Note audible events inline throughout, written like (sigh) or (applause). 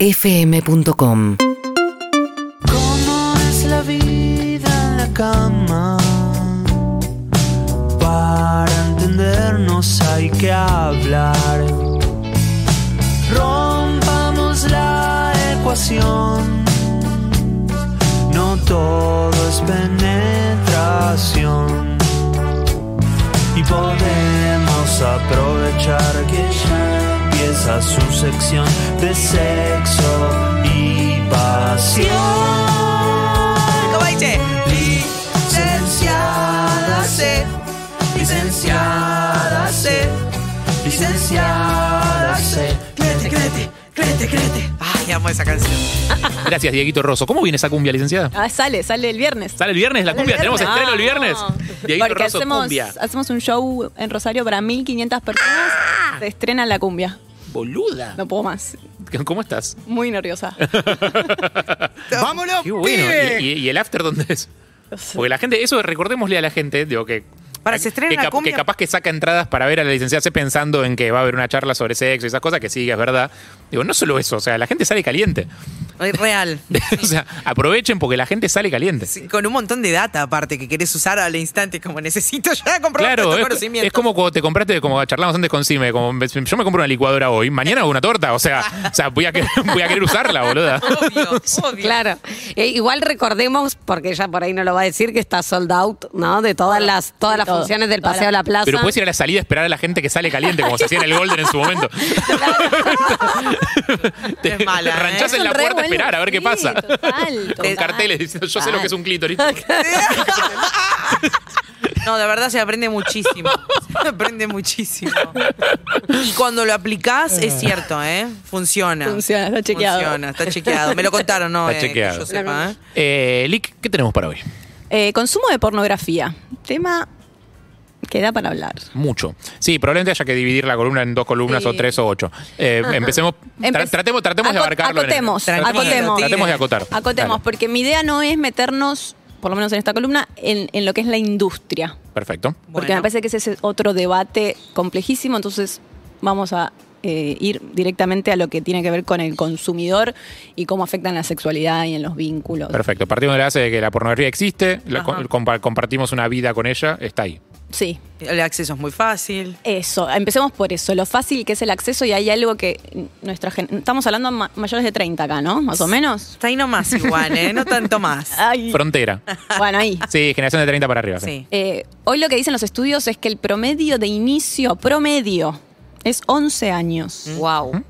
urbanaplayfm.com ¿Cómo es la vida en la cama? Para entendernos hay que hablar. Rompamos la ecuación. No todo es penetración. Y podemos aprovechar que ya empieza su sección de sexo y pasión. ¿Cómo dice? Licenciada C, licenciada C, licenciada C. Créete, créete, créete, créete. Ay, amo esa canción. Gracias, Dieguito Rosso. ¿Cómo viene esa cumbia, licenciada? Ah, sale, sale el viernes. ¿Sale el viernes la cumbia? ¿Tenemos viernes. estreno el viernes? Vamos. Dieguito Porque Rosso, hacemos, cumbia. hacemos un show en Rosario para 1500 personas. Ah. Se estrena la cumbia. Boluda. No puedo más. (laughs) ¿Cómo estás? Muy nerviosa. (laughs) ¡Vámonos, Qué bueno. pibe! ¿Y, y- y el after dónde es? Porque la gente, eso recordémosle a la gente, digo que. Para que se estrene que, la cap- cumbia. que capaz que saca entradas para ver a la licenciada C pensando en que va a haber una charla sobre sexo y esas cosas, que sí, es verdad. Digo, no solo eso, o sea, la gente sale caliente. (laughs) Es real. o sea, aprovechen porque la gente sale caliente. Sí, Con un montón de data aparte que querés usar al instante, como necesito ya comprobar Claro, todo este es, conocimiento. es como cuando te compraste, como charlamos antes con Cime, como me- yo me compro una licuadora hoy, mañana hago una torta, (laughs) o sea, o sea voy, a querer, voy a querer usarla, boluda. (laughs) Obvio, obvio. (laughs) Claro. Eh, igual recordemos, porque ella por ahí no lo va a decir, que está sold out, ¿no? De todas las, todas las todo. funciones del Toda Paseo de la Plaza. Pero puedes ir a la salida a esperar a la gente que sale caliente, como se hacía en el Golden en su momento. (laughs) te Es mala, te ranchás ¿eh? en la Es un puerta re a buen esperar a ver qué lugar, pasa. sí, total, Con total. carteles diciendo, yo sé lo que es un clítoris. (laughs) No, de verdad se aprende muchísimo. Se aprende muchísimo. Y cuando lo aplicás, Ah. es cierto, ¿eh? Funciona. Funciona, está chequeado. Funciona, está chequeado. Me lo contaron, ¿no? Está Eh, que chequeado. yo sepa, ¿eh? Eh, Lick, ¿qué tenemos para hoy? Eh, consumo de pornografía. Tema que da para hablar. Mucho. Sí, probablemente haya que dividir la columna en dos columnas Sí. o tres o ocho. Eh, empecemos, tra- Empe- tratemos, tratemos de Aco- abarcarlo. en- Acotemos, tratemos de- acotemos. tratemos de acotar. Acotemos, Dale, porque mi idea no es meternos, por lo menos en esta columna, en, en lo que es la industria. Perfecto. Porque Bueno. me parece que ese es otro debate complejísimo, entonces vamos a eh, ir directamente a lo que tiene que ver con el consumidor y cómo afecta en la sexualidad y en los vínculos. Perfecto. Partimos de la base de que la pornografía existe, la co- Ajá. compa- compartimos una vida con ella, está ahí. Sí, El acceso es muy fácil. eso. Empecemos por eso, lo fácil que es el acceso y hay algo que nuestra gen- Estamos hablando a ma- mayores de 30 acá, ¿no? Más o menos. Está ahí nomás igual, ¿eh? No tanto (laughs) más. Ah. Ay. Frontera. (laughs) Bueno, ahí. Sí, generación de 30 para arriba. Sí. Eh, hoy lo que dicen los estudios es que el promedio de inicio, promedio, es 11 años. Wow.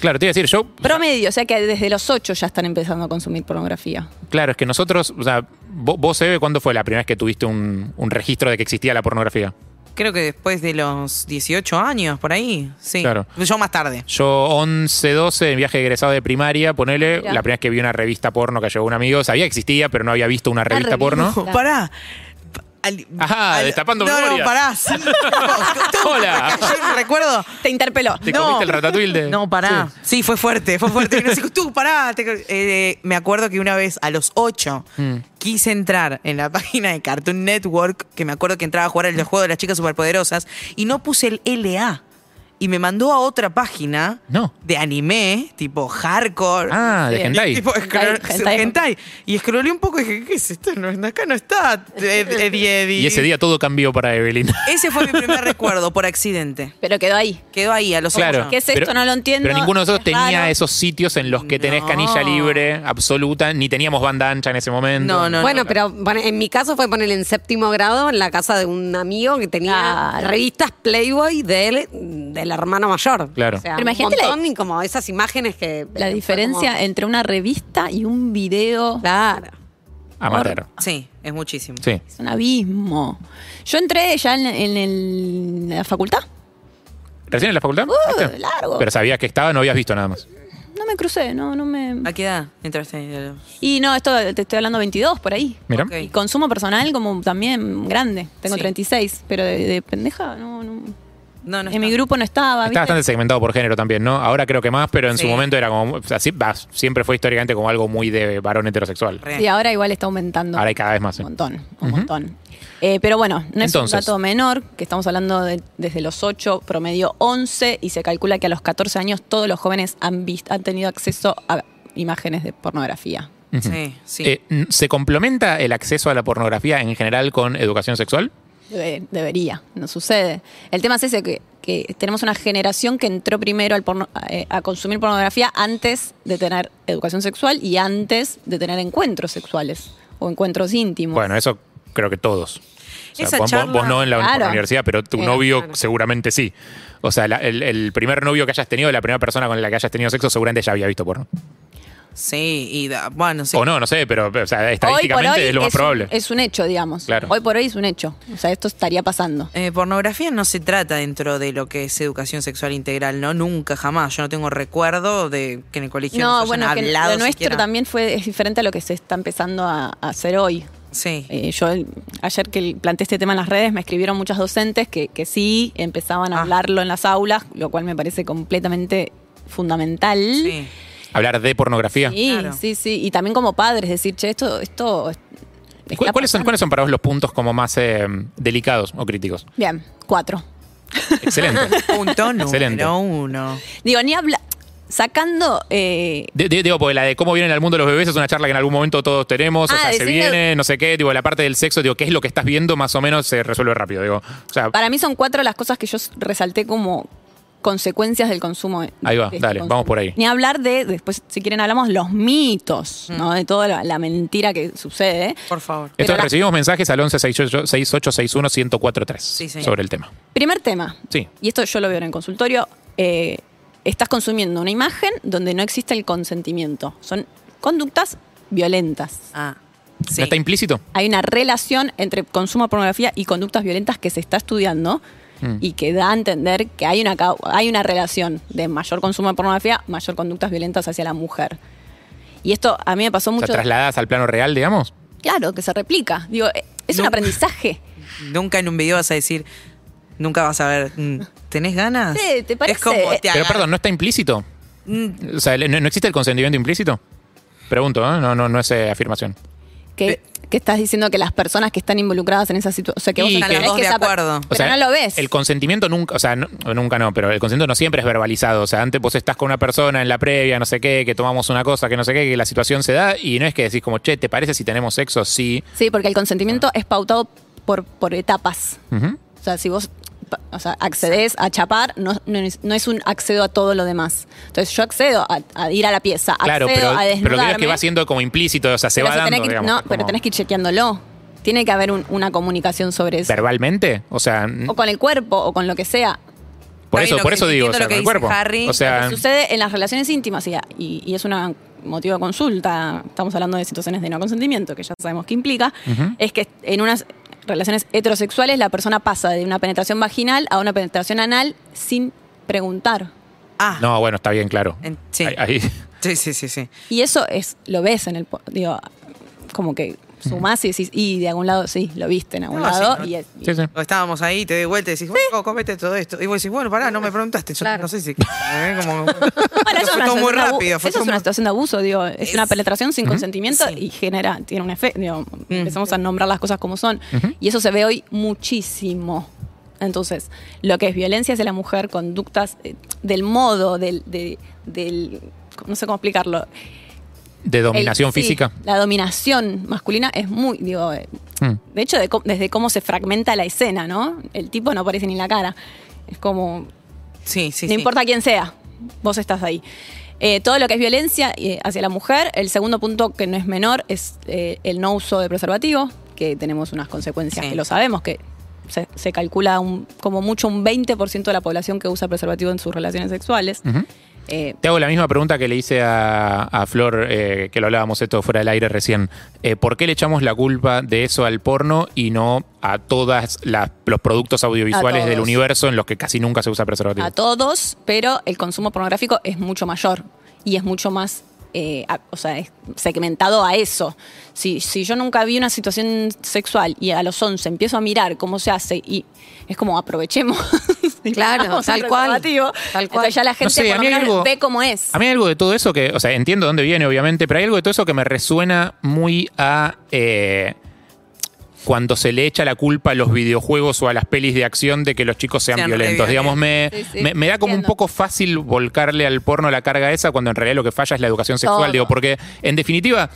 Claro, te iba a decir, yo Promedio, o sea que desde los 8 ya están empezando a consumir pornografía. Claro, es que nosotros, o sea, vos, vos Eve, ¿cuándo fue la primera vez que tuviste un, un registro de que existía la pornografía? Creo que después de los 18 años, por ahí. Sí. Claro. Yo más tarde. Yo, 11, 12, en viaje de egresado de primaria, ponele, Mirá. la primera vez que vi una revista porno que llegó un amigo, sabía que existía, pero no había visto una revista revista. porno. Oh, (laughs) pará. Pa- al- Ajá, destapando No, no, memorias. pará. (laughs) Sí. No, Hola. me cayó un recuerdo. Te interpeló. ¿Te comiste el ratatouille de- No, pará. Sí. fue fuerte, fue fuerte. Y no sé, tú, pará. te- eh, me acuerdo que una vez a los 8 Mm. quise entrar en la (laughs) página de Cartoon Network, que me acuerdo que entraba a jugar el juego de las chicas superpoderosas, y no puse el LA. Y me mandó a otra página No. de anime, tipo hardcore. Ah, de Bien. hentai. Tipo, Hentai, escro- hentai. hentai. Y escrolé un poco y dije, ¿qué es esto? No, acá no (laughs) está Ed- Eddie Eddy. Y ese día todo cambió para Evelyn. (laughs) (laughs) Ese fue mi (laughs) primer recuerdo, por accidente. Pero quedó ahí. Quedó ahí, a los Claro. ojos. ¿Qué es esto? Pero- No lo entiendo. Pero ninguno de nosotros Es tenía raro. esos sitios en los que tenés No. canilla libre absoluta, ni teníamos banda ancha en ese momento. No, no, no. Bueno, pero bueno, en mi caso fue poner en séptimo grado en la casa de un amigo que tenía Claro. revistas Playboy del, del hermano mayor. Claro. O Pero sea, un imagínate la- montón y como esas imágenes que. La que diferencia fue entre una revista y un video como- Claro. Amateur. Sí, es muchísimo. Sí. es un abismo. Yo entré ya en, en el- en la facultad. ¿Recién en la facultad? ¿Entraste? Uh, largo. Pero sabías que estaba, no habías visto nada más. No me crucé, no, no me. ¿A qué edad entraste? en el- Y no, esto te estoy hablando 22 por ahí. Mira. Ok. Y consumo personal como también grande. Tengo Sí. 36, pero de, de pendeja no, no. No, no. en mi está. grupo no estaba. Está Ah, ¿viste? bastante segmentado por género también, ¿no? Ahora creo que más, pero en Sí. su momento era como. o sea, sí, va, siempre fue históricamente como algo muy de varón heterosexual. Re. Sí, ahora igual está aumentando. Ahora hay cada vez más, sí. Un montón, un montón. Eh, pero bueno, no es Entonces. un dato menor, que estamos hablando de- desde los 8, promedio 11, y se calcula que a los 14 años todos los jóvenes han, vis- han tenido acceso a imágenes de pornografía. Sí, sí. Eh, n- ¿Se complementa el acceso a la pornografía en general con educación sexual? Debe- debería, no sucede. El tema es ese, que, que tenemos una generación que entró primero al porno- a, eh, a consumir pornografía antes de tener educación sexual y antes de tener encuentros sexuales o encuentros íntimos. Bueno, eso creo que todos. O sea, Esa vos, charla- vos no en la, por la claro. universidad, pero tu Eh, novio claro. seguramente sí. O sea, la- el, el primer novio que hayas tenido, la primera persona con la que hayas tenido sexo, seguramente ya había visto porno. Sí, y da- bueno, sí. O no, no sé, pero o sea, Hoy por estadísticamente hoy es lo más un- probable. es un hecho, digamos. Claro. Hoy por hoy es un hecho. O sea, esto estaría pasando. Eh, pornografía no se trata dentro de lo que es educación sexual integral, ¿no? Nunca, jamás. Yo no tengo recuerdo de que en el colegio No, nos hayan bueno, que hablado lo nuestro siquiera. también fue es diferente a lo que se está empezando a, a hacer hoy. Sí. Eh, yo el- ayer que planteé este tema en las redes me escribieron muchas docentes que, que sí empezaban a Ah. hablarlo en las aulas, lo cual me parece completamente fundamental. sí. Hablar de pornografía. Sí, Claro. sí, sí. Y también como padres, decir, che, esto, esto ¿Cu- está ¿Cuáles, son, pasando. ¿Cuáles son para vos los puntos como más eh, delicados o críticos? Bien, cuatro. Excelente. Punto (laughs) Excelente. número uno. Digo, ni habla. Sacando eh, De- de- digo, porque la de cómo vienen al mundo los bebés es una charla que en algún momento todos tenemos, o Ah, sea, se decirle- viene, no sé qué, digo, la parte del sexo, digo, qué es lo que estás viendo, más o menos se resuelve rápido, digo. O sea, Para mí son cuatro las cosas que yo resalté como consecuencias del consumo. de- Ahí va, de este dale, vamos por ahí. Ni hablar de, después si quieren hablamos, los mitos, ¿no? De toda la, la mentira que sucede. Por favor. esto, pero la- recibimos mensajes al 11 68 6861 1043 Sí, señor. sobre el tema. Primer tema, Sí. y esto yo lo veo en el consultorio, eh, estás consumiendo una imagen donde no existe el consentimiento. Son conductas violentas. Ah. ¿No Sí. está implícito? Hay una relación entre consumo de pornografía y conductas violentas que se está estudiando Mm. y que da a entender que hay una, cau- hay una relación de mayor consumo de pornografía, mayor conductas violentas hacia la mujer. Y esto a mí me pasó O mucho. sea, trasladadas al plano real, digamos. claro, que se replica. Digo, eh, es un No. aprendizaje. Nunca en un video vas a decir, nunca vas a ver, mm, ¿tenés ganas? Sí, ¿te parece? Es como te Pero agar- perdón, ¿no está implícito? Mm, O sea, ¿no, no existe el consentimiento implícito? Pregunto, ¿eh? no, no, no es eh, afirmación. Que, Eh. que estás diciendo que las personas que están involucradas en esa situación. O sea, que vos Y entendés que- que, Están los dos de esa per- acuerdo. O Pero no lo ves. El consentimiento nunca, o sea, no- nunca no, pero el consentimiento no siempre es verbalizado. O sea, antes vos estás con una persona en la previa, no sé qué, que tomamos una cosa, que no sé qué, que la situación se da y no es que decís como, che, ¿te parece si tenemos sexo? Sí. Sí, porque el consentimiento Ah. es pautado por, por etapas. Ujú. O sea, si vos pa- o sea, accedes a chapar, no, no es, no es un accedo a todo lo demás. Entonces yo accedo a, a ir a la pieza, Claro, accedo pero, a desnudarme. pero lo que digo es que va siendo como implícito, o sea, se pero va eso dando, tenés que ir- digamos, no, es pero como- tenés que ir chequeándolo. Tiene que haber un- una comunicación sobre eso. ¿Verbalmente? O sea, n- O con el cuerpo, o con lo que sea. Está por bien eso, lo por que- eso digo, o entiendo sea, lo con que el dice cuerpo. Harry, o sea, Sucede en las relaciones íntimas y, y- y es un motivo de consulta, estamos hablando de situaciones de no consentimiento, que ya sabemos que implica, es que en unas relaciones heterosexuales la persona pasa de una penetración vaginal a una penetración anal sin preguntar. Ah, no, bueno, está bien, claro. En- sí. Ahí- ahí- sí, sí, sí, sí. Y eso es, lo ves en el, po- digo, como que sumás y decís, y de algún lado sí, lo viste en algún No, sí, lado. no. y es- y- sí, sí. O estábamos ahí, te doy vuelta y decís, bueno, comete todo esto. Y vos decís, bueno, pará, no me preguntaste. Yo Claro. no sé si. ¿eh? Como, (laughs) Bueno, eso es fue una todo muy situación de abu- rápido. fue eso es todo una muy- situación de abuso, digo. Es, Es- una penetración sin consentimiento Sí. Mm. y genera, tiene un efecto. Empezamos a nombrar las cosas como son. Y eso se ve hoy muchísimo. Entonces, lo que es violencia hacia la mujer, conductas eh, del modo, del, de- del. No sé cómo explicarlo. De El- dominación sí, física. la dominación masculina es muy. Digo, eh, Mm. de hecho, de co- desde cómo se fragmenta la escena, ¿no? El tipo no aparece ni la cara. Es como Sí, sí, no sí. importa quién sea, vos estás ahí. Eh, todo lo que es violencia eh, hacia la mujer. El segundo punto que no es menor es eh, el no uso de preservativo, que tenemos unas consecuencias Sí. que lo sabemos, que se, se calcula un- como mucho un 20% de la población que usa preservativo en sus relaciones sexuales. Eh, Te hago la misma pregunta que le hice a, a Flor, eh, que lo hablábamos esto fuera del aire recién. Eh, ¿Por qué le echamos la culpa de eso al porno y no a todos los productos audiovisuales A del todos. universo en los que casi nunca se usa preservativo? a todos, pero el consumo pornográfico es mucho mayor y es mucho más, eh, a- o sea, es segmentado a eso. Si, si yo nunca vi una situación sexual y a los 11 empiezo a mirar cómo se hace y es como aprovechemos. (laughs) Claro, Vamos tal al cual, preservativo. tal cual. Entonces ya la gente sé, a por lo mí hay menos algo- ve cómo es. A mí hay algo de todo eso que, o sea, entiendo dónde viene, obviamente, pero hay algo de todo eso que me resuena muy a eh, cuando se le echa la culpa a los videojuegos o a las pelis de acción de que los chicos sean, Sean re violentos. Digamos, me, Sí, sí. me- me da como un Entiendo. poco fácil volcarle al porno la carga esa cuando en realidad lo que falla es la educación sexual. Todo. Digo, porque en definitiva,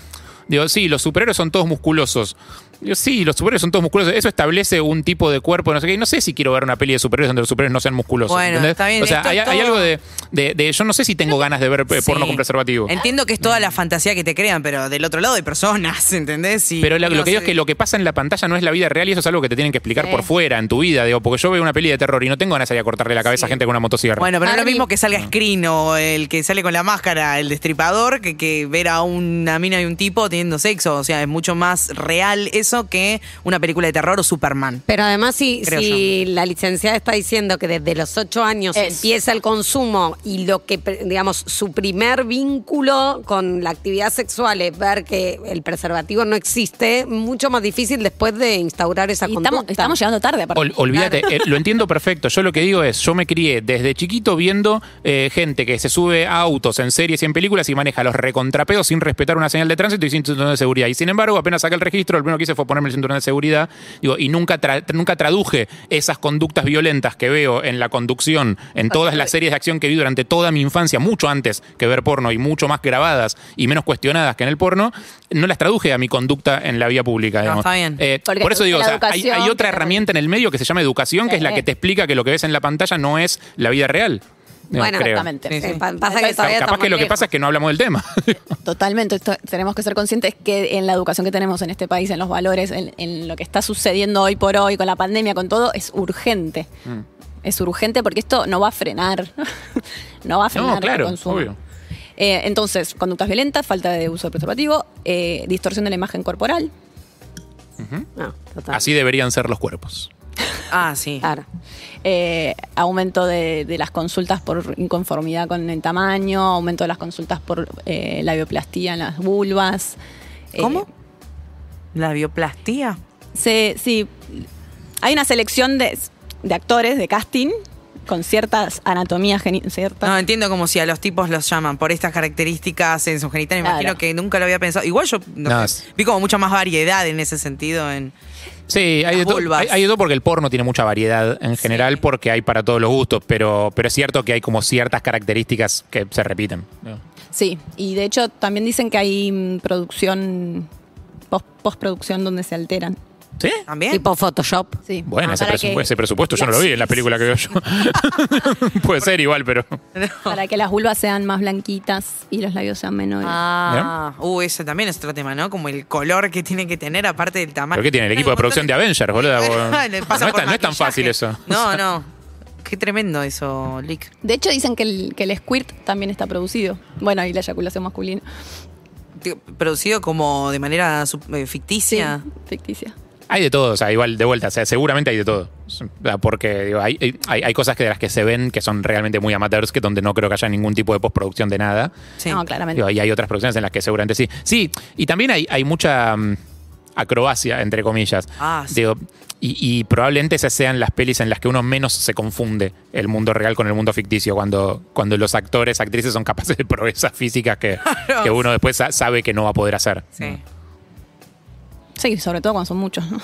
digo, sí, los superhéroes son todos musculosos. Digo, sí, los superhéroes son todos musculosos. Eso establece un tipo de cuerpo, no sé qué. Y no sé si quiero ver una peli de superhéroes donde los superhéroes no sean musculosos. Bueno, ¿entendés? está bien, O sea, esto hay, es hay todo. algo de, de- de- Yo no sé si tengo ganas de ver eh, Sí. porno con preservativo. Entiendo que es toda la fantasía que te crean, pero del otro lado hay personas, ¿entendés? Y Pero la- lo no que digo sé. es que lo que pasa en la pantalla no es la vida real y eso es algo que te tienen que explicar Sí. por fuera, en tu vida. Digo, porque yo veo una peli de terror y no tengo ganas de ir a cortarle la cabeza a gente con una motosierra. Bueno, pero no es lo Barbie. mismo que salga Screen o el que sale con la máscara, el destripador, que, que ver a una mina y un tipo teniendo sexo. O sea, es mucho más real eso que una película de terror o Superman. Pero además, si, Creo si la licenciada está diciendo que desde los ocho años Es. empieza el consumo y lo que, pre- digamos, su primer vínculo con la actividad sexual es ver que el preservativo no existe, mucho más difícil después de instaurar esa Y conducta. estamos, estamos llegando tarde, aparte. Ol- olvídate, eh, lo entiendo perfecto. Yo lo que digo es, yo me crié desde chiquito viendo eh, gente que se sube a autos en series y en películas y maneja los recontrapeos sin respetar una señal de tránsito y sin cinturón de seguridad. Y sin embargo, apenas saqué el registro, lo primero que hice fue ponerme el cinturón de seguridad. Digo, y nunca, tra- nunca traduje esas conductas violentas que veo en la conducción, en todas las series de acción que vi durante toda mi infancia, mucho antes que ver porno y mucho más grabadas y menos cuestionadas que en el porno, no las traduje a mi conducta en la vía pública. digamos. está bien. Eh, Porque por eso digo, o la sea, hay, educación hay otra que- herramienta en el medio que se llama educación, que es la que te explica que lo que ves en la pantalla no es la vida real. Digo, Bueno, creo. Exactamente. Eh, Sí, sí. pa- pasa que Ca- Ca- todavía Capaz estamos que lo que lejos. pasa es que no hablamos del tema. Totalmente, esto- tenemos que ser conscientes que en la educación que tenemos en este país, en los valores, en, en lo que está sucediendo hoy por hoy, con la pandemia, con todo, es urgente. Mm. Es urgente porque esto no va a frenar. (laughs) no va a frenar no, el claro, consumo. obvio. Eh, entonces, conductas violentas, falta de uso de preservativo, eh, distorsión de la imagen corporal. No, (laughs) total. Así deberían ser los cuerpos. Ah, sí. Claro. eh, aumento de, de las consultas por inconformidad con el tamaño, aumento de las consultas por eh, labioplastía en las vulvas. eh, ¿Cómo? ¿La bioplastía? se- sí, hay una selección de, de actores de casting con ciertas anatomías, geni- ciertas... No, entiendo como si a los tipos los llaman por estas características en su genital. Me Imagino Claro. que nunca lo había pensado. Igual yo no No, sé, es- vi como mucha más variedad en ese sentido. En... Sí, hay Las de, todo, vulvas. hay- hay de todo porque el porno tiene mucha variedad en general, porque hay para todos los gustos, pero, pero es cierto que hay como ciertas características que se repiten. ¿no? Sí, y de hecho también dicen que hay mm, producción, pos- postproducción donde se alteran. ¿Sí? ¿También? Tipo Photoshop. Sí. Bueno, ese, Para presu- que- ese presupuesto yo no lo vi en la película que veo yo. (laughs) Puede ser igual, pero. Para que las vulvas sean más blanquitas y los labios sean menores. Ah, uh, ese también es otro tema, ¿no? Como el color que tiene que tener, aparte del tamaño. ¿Pero qué tiene el equipo de producción de (laughs) Avengers, boludo? No Bueno, es pasa por tan, no es tan maquillaje. fácil eso. No, no. Qué tremendo eso, Lick. De hecho dicen que el, que el squirt también está producido. Bueno, y la eyaculación masculina. Digo, Producido como de manera sub- eh, ficticia. ficticia. Hay de todo, o sea, igual de vuelta, o sea, seguramente hay de todo. O sea, Porque digo, hay, hay, hay cosas que de las que se ven que son realmente muy amateurs, que donde no creo que haya ningún tipo de postproducción de nada. Sí. No, claramente. Digo, y hay otras producciones en las que seguramente sí. Sí, y también hay, hay mucha mm, acrobacia, entre comillas. Ah, sí. Digo, y, y probablemente esas sean las pelis en las que uno menos se confunde el mundo real con el mundo ficticio, cuando, cuando los actores, actrices son capaces de proezas (laughs) físicas que, que uno después sa- sabe que no va a poder hacer. Sí. Sí, sobre todo cuando son muchos, ¿no?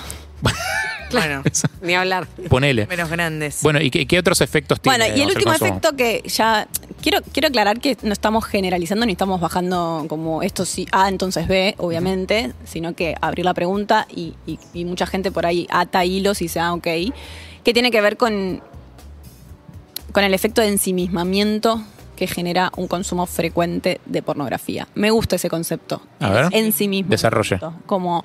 Bueno, Ni hablar. Ponele. menos grandes. Bueno, ¿y qué, qué otros efectos tiene? Bueno, y el digamos, último consumo? efecto que ya. Quiero, quiero aclarar que no estamos generalizando ni estamos bajando como esto sí A, entonces B, obviamente, sino que abrir la pregunta y, y- y mucha gente por ahí ata hilos y sea ok. Que tiene que ver con, con el efecto de ensimismamiento que genera un consumo frecuente de pornografía. Me gusta ese concepto. A ver. En sí mismo. Desarrolle. Como.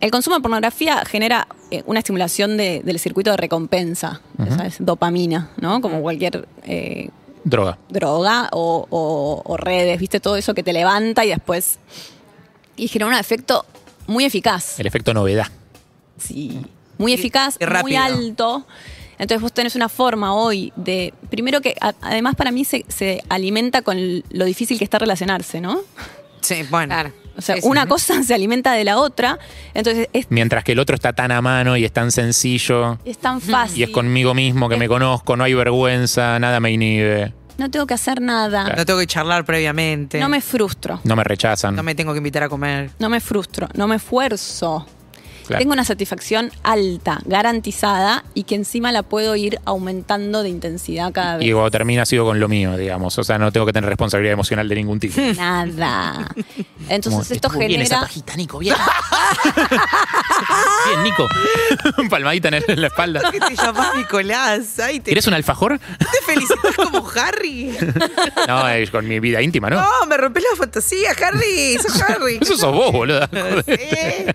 El consumo de pornografía genera eh, una estimulación de- del circuito de recompensa, esa es dopamina, ¿no? Como cualquier eh, Droga. droga o, o- o redes, ¿viste? Todo eso que te levanta y después. Y genera un efecto muy eficaz. El efecto novedad. Sí. Muy eficaz, y rápido. muy alto. Entonces vos tenés una forma hoy de. Primero que, a- además, para mí se, se alimenta con lo difícil que está relacionarse, ¿no? Sí, bueno. Claro. O sea, Sí, sí. una cosa (laughs) se alimenta de la otra. Entonces es, Mientras que el otro está tan a mano y es tan sencillo. es tan fácil. Y es conmigo mismo que me conozco, no hay vergüenza, nada me inhibe. No tengo que hacer nada. Claro. Mm. No tengo que charlar previamente. No me frustro. No me rechazan. No me tengo que invitar a comer. (laughs) No me frustro. No me esfuerzo. Claro. tengo una satisfacción alta, garantizada, y que encima la puedo ir aumentando de intensidad cada vez. Y cuando termina sido con lo mío, digamos. O sea, no tengo que tener responsabilidad emocional de ningún tipo. Nada. Hmm. (laughs) Entonces Como, esto estuvo Bien esa genera... pajita, Nico, bien. (laughs) bien, Nico. (laughs) Palmadita en, el- en la (laughs) espalda. ¿Qué te llamás Nicolás? Ay, te, ¿Eres un alfajor? te felicitas como (laughs) Harry. No, es con mi vida íntima, ¿no? No, me rompes la fantasía, Harry. Sos Harry. Eh. Eso sos vos, (laughs) boludo. Sí.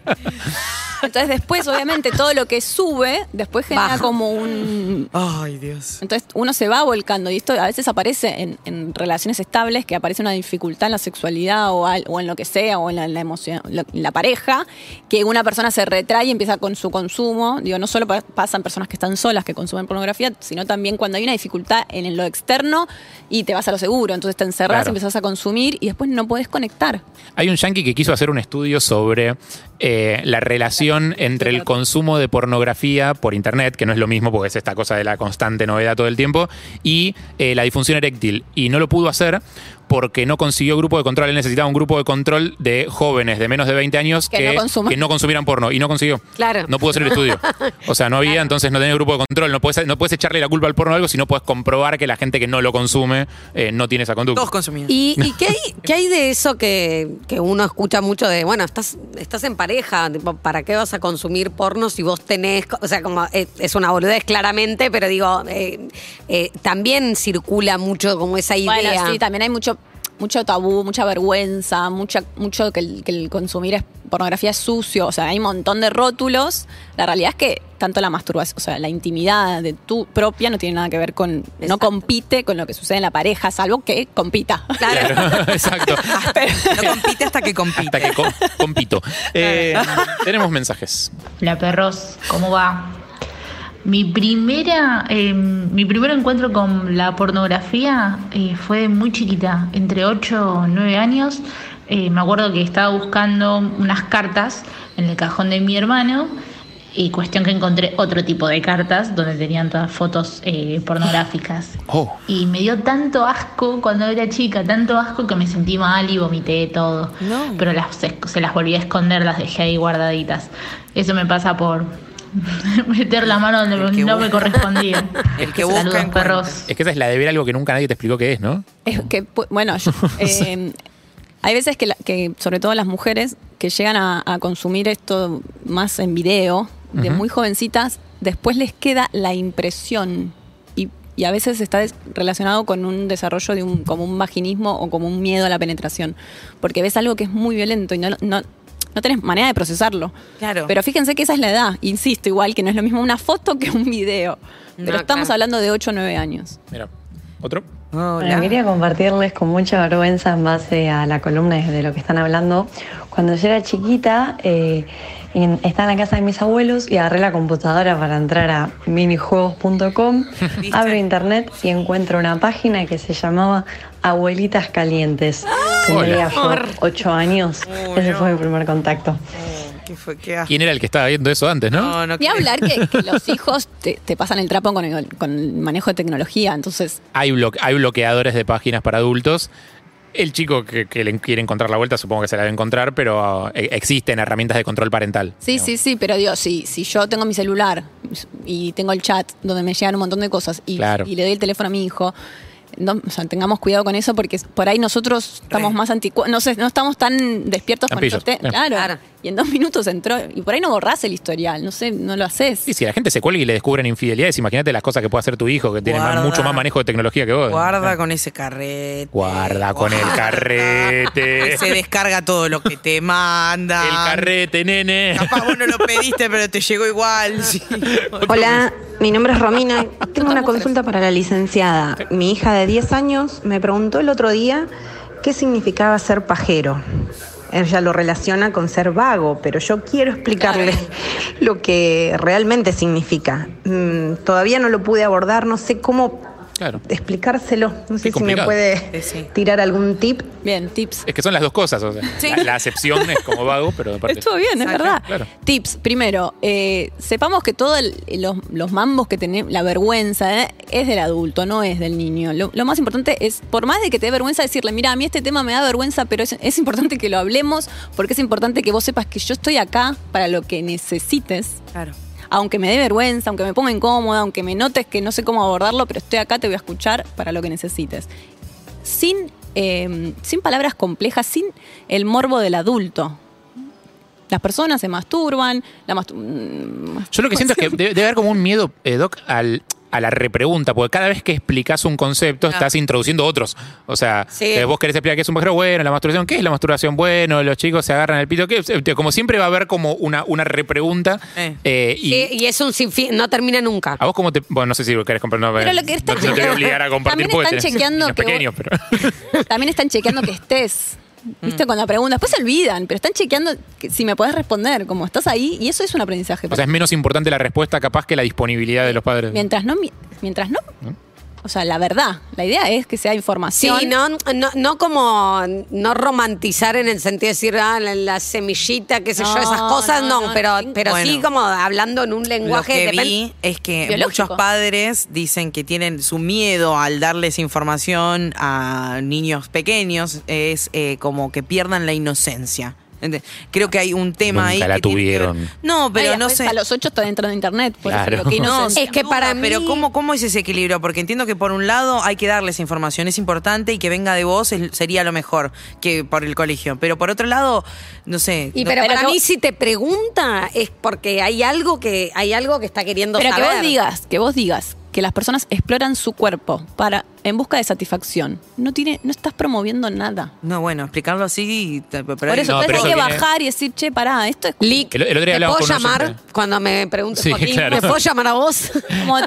Entonces después, obviamente, todo lo que sube, después genera Baja. como un, Ay, Dios. Entonces uno se va volcando y esto a veces aparece en, en relaciones estables que aparece una dificultad en la sexualidad o, al- o en lo que sea o en la, en la emoción, lo- en la pareja, que una persona se retrae y empieza con su consumo. Digo, no solo pa- pasan personas que están solas que consumen pornografía, sino también cuando hay una dificultad en lo externo y te vas a lo seguro. Entonces te encerras, Claro. empiezas a consumir y después no podés conectar. Hay un yankee que quiso hacer un estudio sobre eh, la relación entre el consumo de pornografía por internet, que no es lo mismo porque es esta cosa de la constante novedad todo el tiempo, y eh, la disfunción eréctil. Y no lo pudo hacer porque no consiguió grupo de control. Él necesitaba un grupo de control de jóvenes de menos de 20 años Que no consuman. que no consumieran porno. Y no consiguió. Claro. No pudo hacer el estudio. O sea, no había, entonces no tenía grupo de control. No puedes, no puedes echarle la culpa al porno a algo si no puedes comprobar que la gente que no lo consume eh, no tiene esa conducta. Todos consumidos. ¿Y, y qué, hay, qué hay de eso que, que uno escucha mucho de, bueno, estás, estás en pareja, tipo, ¿para qué vas a consumir porno si vos tenés, co- o sea, como eh, es una boludez claramente, pero digo, eh, eh, también circula mucho como esa idea. Bueno, sí, también hay mucho mucho tabú, mucha vergüenza, mucha, mucho que el, que el consumir es- pornografía es sucio, o sea, hay un montón de rótulos. La realidad es que tanto la masturbación, o sea, la intimidad de tu propia no tiene nada que ver con, no Exacto. compite con lo que sucede en la pareja, salvo que compita. (laughs) Claro, exacto. No compite hasta que compite. Hasta que com- (laughs) compito. Eh, tenemos mensajes. La perros, ¿cómo va? Mi primera, eh, mi primer encuentro con la pornografía eh, fue muy chiquita, entre 8 o 9 años. Eh, me acuerdo que estaba buscando unas cartas en el cajón de mi hermano y cuestión que encontré otro tipo de cartas donde tenían todas fotos eh, pornográficas. Oh. Y me dio tanto asco cuando era chica, tanto asco que me sentí mal y vomité todo. Pero las, esc- se las volví a esconder, las dejé ahí guardaditas. Eso me pasa por (laughs) meter la mano donde El que no me busca. correspondía. (laughs) El que busca, Saludos, encuentra. perros. Es que esa es la de ver algo que nunca nadie te explicó qué es, ¿no? Es que, pu- bueno, yo, eh, hay veces que, la- que, sobre todo las mujeres, que llegan a, a consumir esto más en video, de muy jovencitas, después les queda la impresión. Y, y a veces está des- relacionado con un desarrollo de un, como un vaginismo o como un miedo a la penetración. Porque ves algo que es muy violento y no, no, no tenés manera de procesarlo. Claro. Pero fíjense que esa es la edad, insisto, igual que no es lo mismo una foto que un video. Pero No, estamos claro. hablando de 8 o 9 años. Mira. ¿Otro? Hola. Bueno, quería compartirles con mucha vergüenza en base a la columna de lo que están hablando. Cuando yo era chiquita, eh, en- estaba en la casa de mis abuelos y agarré la computadora para entrar a (laughs) minijuegos.com. Abro internet y encuentro una página que se llamaba Abuelitas Calientes. Ah, Tendría yo ocho años. Ese fue mi primer contacto. ¿Qué fue? ¿Qué asco. ¿Quién era el que estaba viendo eso antes, no? No, no Ni creo. hablar que, que los hijos te, te pasan el trapo con el, con el manejo de tecnología, entonces Hay, blo- hay bloqueadores de páginas para adultos. El chico que, que le quiere encontrar la vuelta supongo que se la debe encontrar, pero eh, existen herramientas de control parental. Sí, sí, sí, pero digo, si, si yo tengo mi celular y tengo el chat donde me llegan un montón de cosas y, Claro. y le doy el teléfono a mi hijo, no, o sea, tengamos cuidado con eso porque por ahí nosotros estamos más anticuados, no, sé, no estamos tan despiertos Tan con esos pillos, te- eh. claro. Claro. Y en dos minutos entró y por ahí no borrás el historial, no sé, no lo haces. Y si la gente se cuelga y le descubren infidelidades, imagínate las cosas que puede hacer tu hijo, que tiene más- Guarda. mucho más manejo de tecnología que vos. Guarda con ese carrete. Guarda con el carrete. Que (laughs) se descarga todo lo que te manda. El carrete, nene. Capaz vos no lo pediste, pero te llegó igual. sí. Hola, mi nombre es (laughs) Romina. Tengo una consulta para la licenciada. Mi hija de 10 años me preguntó el otro día qué significaba ser pajero. Ella lo relaciona con ser vago, pero yo quiero explicarle (laughs) lo que realmente significa. Mm, todavía no lo pude abordar, no sé cómo Claro. explicárselo. No sé si me complicado. puede Sí, sí. tirar algún tip. Bien, tips. Es que son las dos cosas. o sea, Sí. la, la acepción es como vago, pero aparte. Estuvo bien, es Exacto, verdad. claro. Tips, primero, eh, sepamos que todos los, los mambos que tenemos, la vergüenza, eh, es del adulto, no es del niño. Lo, lo más importante es, por más de que te dé vergüenza, decirle, mira, a mí este tema me da vergüenza, pero es, es importante que lo hablemos, porque es importante que vos sepas que yo estoy acá para lo que necesites. Claro. Aunque me dé vergüenza, aunque me ponga incómoda, aunque me notes que no sé cómo abordarlo, pero estoy acá, te voy a escuchar para lo que necesites sin, eh, sin palabras complejas, sin el morbo del adulto. Las personas se masturban, la mastur- mm, Yo lo que siento es que debe, debe haber como un miedo, eh, Doc, al, a la repregunta, porque cada vez que explicas un concepto estás introduciendo otros. O sea, Sí. eh, vos querés explicar qué es un pajero bueno, la masturbación, qué es la masturbación bueno, los chicos se agarran el pito, ¿qué es? Eh, Como siempre va a haber como una, una repregunta. Eh. eh, y Eh, Y, es un sinfín, no termina nunca. ¿A vos cómo te.? Bueno, no sé si lo querés comprar. No, Pero lo que no- están no te voy a chequeando- obligar a compartir también están porque tenés (laughs) chequeando niños que vos- pequeños, pero. (laughs) (laughs) también están chequeando que estés. Mm. ¿Viste? Con la pregunta. Después se olvidan, pero están chequeando que- si me podés responder, como estás ahí, y eso es un aprendizaje. o sea, es menos importante la respuesta capaz que la disponibilidad de los padres. mientras no. mi- Mientras no. ¿Mm? O sea, la verdad. La idea es que sea Sí, información. no, no, no como no romantizar en el sentido de decir ah, la, la semillita, qué sé yo, No, esas cosas, no, no, no, pero, no. pero sí Bueno. como hablando en un Lo lenguaje que depen- vi es que Biológico. muchos padres dicen que tienen su miedo al darles información a niños pequeños, es eh, como que pierdan la inocencia. Ente- Creo que hay un tema Nunca ahí. la que tiene que ver- tuvieron. No, pero Ay, no después sé. A los ocho está dentro de internet, por eso Claro. digo, qué No, inocencia. es que duda, para mí- Pero ¿cómo, ¿cómo es ese equilibrio? Porque entiendo que por un lado hay que darles información, es importante y que venga de vos es- sería lo mejor que por el colegio. Pero por otro lado, no sé. Y no- pero, pero para que- mí si te pregunta es porque hay algo que hay algo que está queriendo Pero saber. que vos digas, que vos digas que las personas exploran su cuerpo para en busca de satisfacción. No tiene, no estás promoviendo nada. no, bueno, explicarlo así. t- Pero Por eso, No, entonces pero hay eso que viene- bajar y decir, che, pará, esto es Lic, El- el otro día ¿te hablamos puedo con un llamar oyente. cuando me preguntes Sí, por Link? claro. ¿Me puedo llamar (laughs) a vos? (laughs) como-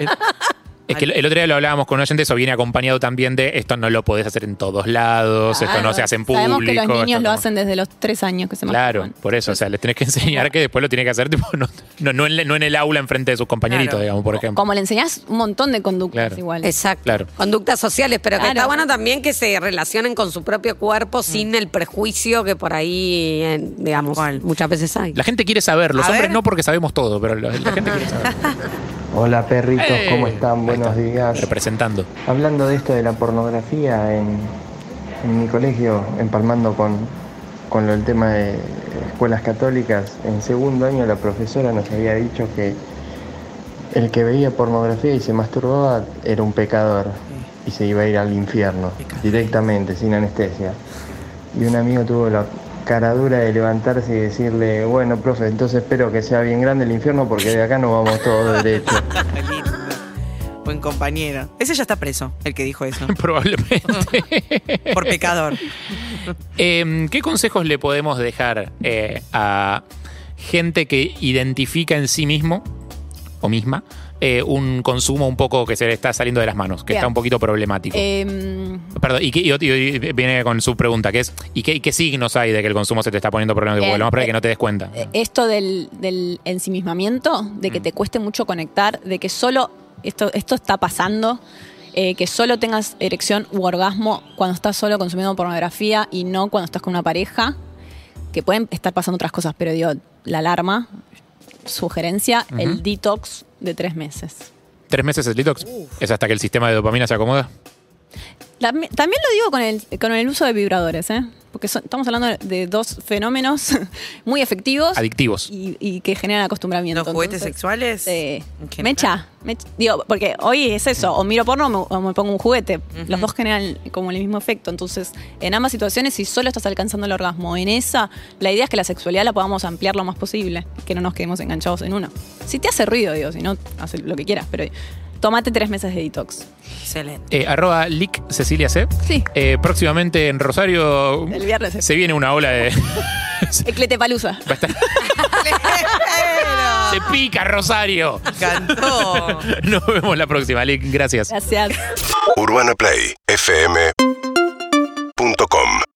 Es que el, el otro día lo hablábamos con un oyente, eso viene acompañado también de esto no lo podés hacer en todos lados, esto no se hace en público. Ah, Sabemos que los esto niños lo no- hacen desde los tres años que se Claro, masturban. por eso, o sea, les tenés que enseñar que después lo tiene que hacer, tipo, no, no, no en, la- no en el aula enfrente de sus compañeritos, Claro. digamos, por ejemplo. Como le enseñás un montón de conductas Claro. igual. Exacto. Claro. Conductas sociales, pero que Claro. Mm. está bueno también que se relacionen con su propio cuerpo sin el prejuicio que por ahí, eh, digamos, Tal cual. muchas veces hay. La gente quiere saber, los A hombres ver. no porque sabemos todo, pero la, la gente quiere saber. Hola perritos, Eh, ¿cómo están? Buenos ahí está, días. Representando. (laughs) Hablando de esto de la pornografía en, en mi colegio, empalmando con, con lo- el tema de escuelas católicas, en segundo año la profesora nos había dicho que el que veía pornografía y se masturbaba era un pecador y se iba a ir al infierno directamente, sin anestesia. Y un amigo tuvo la cara dura de levantarse y decirle, bueno, profe, entonces espero que sea bien grande el infierno porque de acá nos vamos todos derechos. Buen compañero. Ese ya está preso, el que dijo (laughs) eso. Probablemente. Por pecador. Eh, ¿Qué consejos le podemos dejar eh, a gente que identifica en sí mismo o misma eh, un consumo un poco que se le está saliendo de las manos, que Bien. está un poquito problemático? Eh, Perdón, y, que, y- y- y viene con su pregunta, que es, ¿y qué, y qué signos hay de que el consumo se te está poniendo problemático? Porque Eh, lo más probable es que eh, no te des cuenta. esto del, del ensimismamiento, de que te cueste mucho conectar, de que solo esto, esto está pasando, eh, que solo tengas erección u orgasmo cuando estás solo consumiendo pornografía y no cuando estás con una pareja, que pueden estar pasando otras cosas, pero digo, la alarma, sugerencia, el detox de tres meses. ¿Tres meses el detox? ¿Es hasta que el sistema de dopamina se acomoda? La- También lo digo con el, con el uso de vibradores, ¿eh? porque son- estamos hablando de dos fenómenos (laughs) muy efectivos Adictivos. y, y que generan acostumbramiento. Los juguetes Entonces, sexuales. eh, Sí. en general. Mecha, mecha. Digo, porque hoy es eso, o miro porno o me, o me pongo un juguete. Los dos generan como el mismo efecto. Entonces, en ambas situaciones, si solo estás alcanzando el orgasmo, en esa, la idea es que la sexualidad la podamos ampliar lo más posible, que no nos quedemos enganchados en uno. Si te hace ruido, digo, si no, haz lo que quieras, pero tomate tres meses de detox. Excelente. (laughs) Eh, arroba lic Cecilia C. Sí. Eh, próximamente en Rosario El viernes eh. es se viene una ola de... (laughs) Ecletepalusa. Va a estar- se pica Rosario. Cantó. (laughs) Nos vemos la próxima, Lick. Gracias. Gracias. Urbana Play fm.com